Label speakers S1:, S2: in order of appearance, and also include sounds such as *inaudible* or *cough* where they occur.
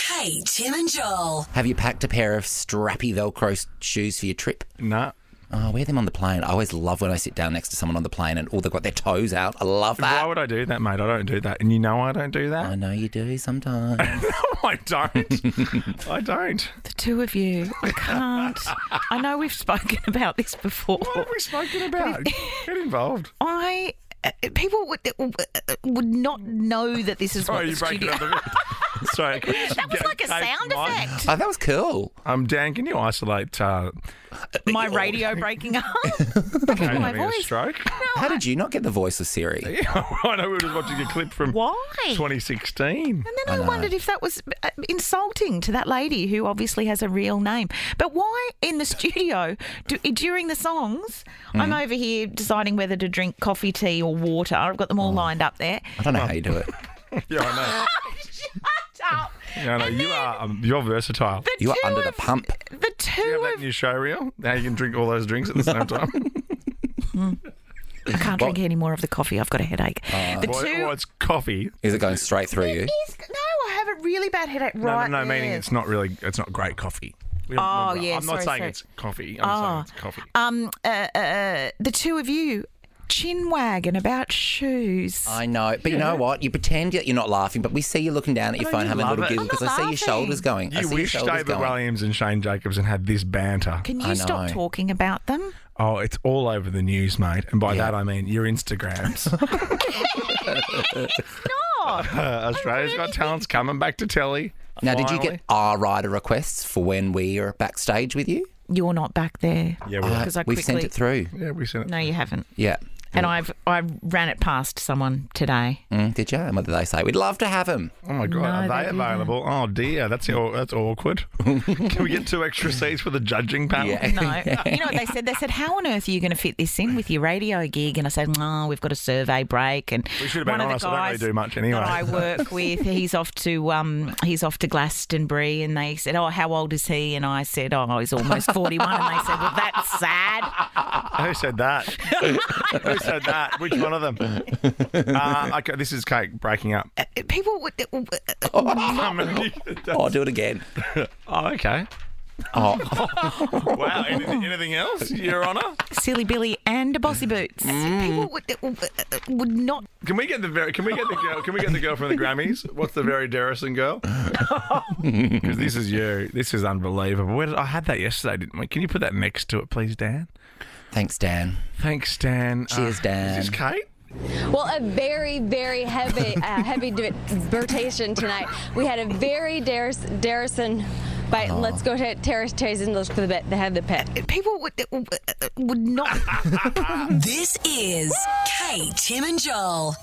S1: Hey, Tim and Joel.
S2: Have you packed a pair of strappy Velcro s- shoes for your trip?
S3: Nah.
S2: Oh, wear them on the plane. I always love when I sit down next to someone on the plane and all they've got their toes out. I love
S3: Why
S4: Uh,
S2: that.
S3: would I do that, mate? I don't do that. And you know I don't do
S2: I
S3: that.
S2: know you do sometimes.
S3: *laughs* no, I
S4: *laughs*
S3: don't. I don't.
S4: The two of you, I can't. I know we've spoken about this before.
S3: What are we smoking about? Get involved.
S4: I uh, people would uh, would not know that this is
S3: Sorry,
S4: what
S3: Oh, you
S4: the
S3: break it
S4: *laughs* studio.
S3: up a bit. *laughs*
S4: *laughs*
S3: Sorry. That
S4: It's like a sound
S2: *laughs*
S4: effect.
S2: oh, that was cool.
S3: Um, Dan, can you isolate uh,
S4: My radio
S2: *laughs*
S4: breaking up.
S3: Kate
S4: *laughs* my
S3: having a
S4: voice.
S3: stroke? *laughs*
S2: How did you not get the voiceless Siri?
S3: Yeah, I know we were just watching a clip from
S4: Why?
S3: 2016.
S4: And then I, wondered if that was uh, insulting to that lady who obviously has a real name. But why in the studio do, during the songs? I'm
S2: Mm.
S4: over here deciding whether to drink coffee, tea, or water. I've got them
S2: Mm.
S4: all lined up there.
S2: I don't know how you do it.
S3: Yeah, I know.
S4: Shut up.
S3: Yeah, I know. You are um, you're versatile.
S4: The
S2: You are
S4: two
S2: under the
S4: of-
S2: pump.
S4: The two
S3: You have that
S4: of
S3: in your show reel. Now you can drink all those drinks at the
S4: *laughs*
S3: same time.
S4: I can't drink any more of the coffee. I've got a headache. the
S3: Well,
S4: two
S3: well, it's coffee.
S2: Is it going straight through you?
S4: is no. I have a really bad headache
S3: No,
S4: right
S3: no, no.
S4: there.
S3: Meaning it's not really. It's not great coffee. We don't-
S4: Oh,
S3: no,
S4: yeah,
S3: I'm not
S4: sorry,
S3: saying
S4: sorry.
S3: it's coffee. I'm saying it's coffee.
S4: um uh, uh, the two of you chin wagging about shoes.
S2: I know, but you know what? You pretend that you're not laughing, but we see you looking down at your
S3: No,
S2: phone,
S3: you
S2: having a
S3: love
S2: little
S3: it.
S2: giggle
S4: I'm
S2: because I
S4: not
S2: see your
S4: laughing.
S2: shoulders going. I
S3: you
S2: see
S3: wish
S2: your shoulders
S3: David
S2: going.
S3: Williams and Shane Jacobson had this banter.
S4: Can
S2: I
S4: you stop
S2: know.
S4: talking about them?
S3: Oh, it's all over the news, mate. And by
S2: Yeah.
S3: that I mean your
S4: *laughs*
S3: Instagrams.
S4: No.
S3: uh, *laughs* Australia's Got Talent's coming back to telly.
S2: Now, did you
S3: finally.
S2: get R rider requests for when we are backstage with you?
S4: You're not back there.
S3: Yeah, we
S2: Uh,
S4: Because I
S2: we've sent
S4: quickly-
S2: it through.
S3: Yeah, we sent it.
S4: No, you haven't.
S2: Yeah.
S4: And I've I ran it past someone today.
S2: Mm, did you? And what did they say? We'd love to have him.
S3: Oh my god,
S4: No,
S3: are
S4: they
S3: they
S4: didn't.
S3: available? Oh dear, that's aw- that's
S4: *laughs*
S3: awkward. Can we get two extra seats for the judging panel?
S2: Yeah.
S4: No, you know what they said? They said, "How on earth are you going to fit this in with your radio gig?" And I said, "No, we've got a survey break." And
S3: We should have been
S4: one of
S3: honest,
S4: the
S3: I don't really
S4: guys
S3: do much anyway.
S4: That
S3: *laughs*
S4: I work with, he's off to um, he's off to Glastonbury, and they said, "Oh, how old is he?" And I said, "Oh, he's almost 41." and they said, "Well, that's sad."
S3: *laughs* Who said
S4: *laughs*
S3: that? Who said that? Which one of them? Uh, okay, this is Kate breaking up.
S4: Uh, People would.
S3: I mean,
S2: Oh, do it again.
S3: oh, okay.
S2: Oh,
S3: *laughs* Wow. Anything, anything else, Your Honour?
S4: Silly Billy and Bossy Boots.
S3: Mm.
S4: People would, uh, would not.
S3: Can we get the very? Can we get the girl? Can we get the girl from the Grammys? What's the very Derrison girl? *laughs* Because this is you. This is unbelievable. Where did, I had that yesterday, didn't we? Can you put that next to it, please, Dan?
S2: thanks, Dan.
S3: Thanks, Dan. Uh,
S2: Cheers, Dan.
S3: Is this Kate?
S5: Well, a very, very heavy, uh, heavy debatation tonight. We had a very Darris, Darrison bite. Let's go to Terrace Chase and look for the bet. They have the pet.
S4: People would, uh, would not.
S1: This is Kate, Tim and Joel.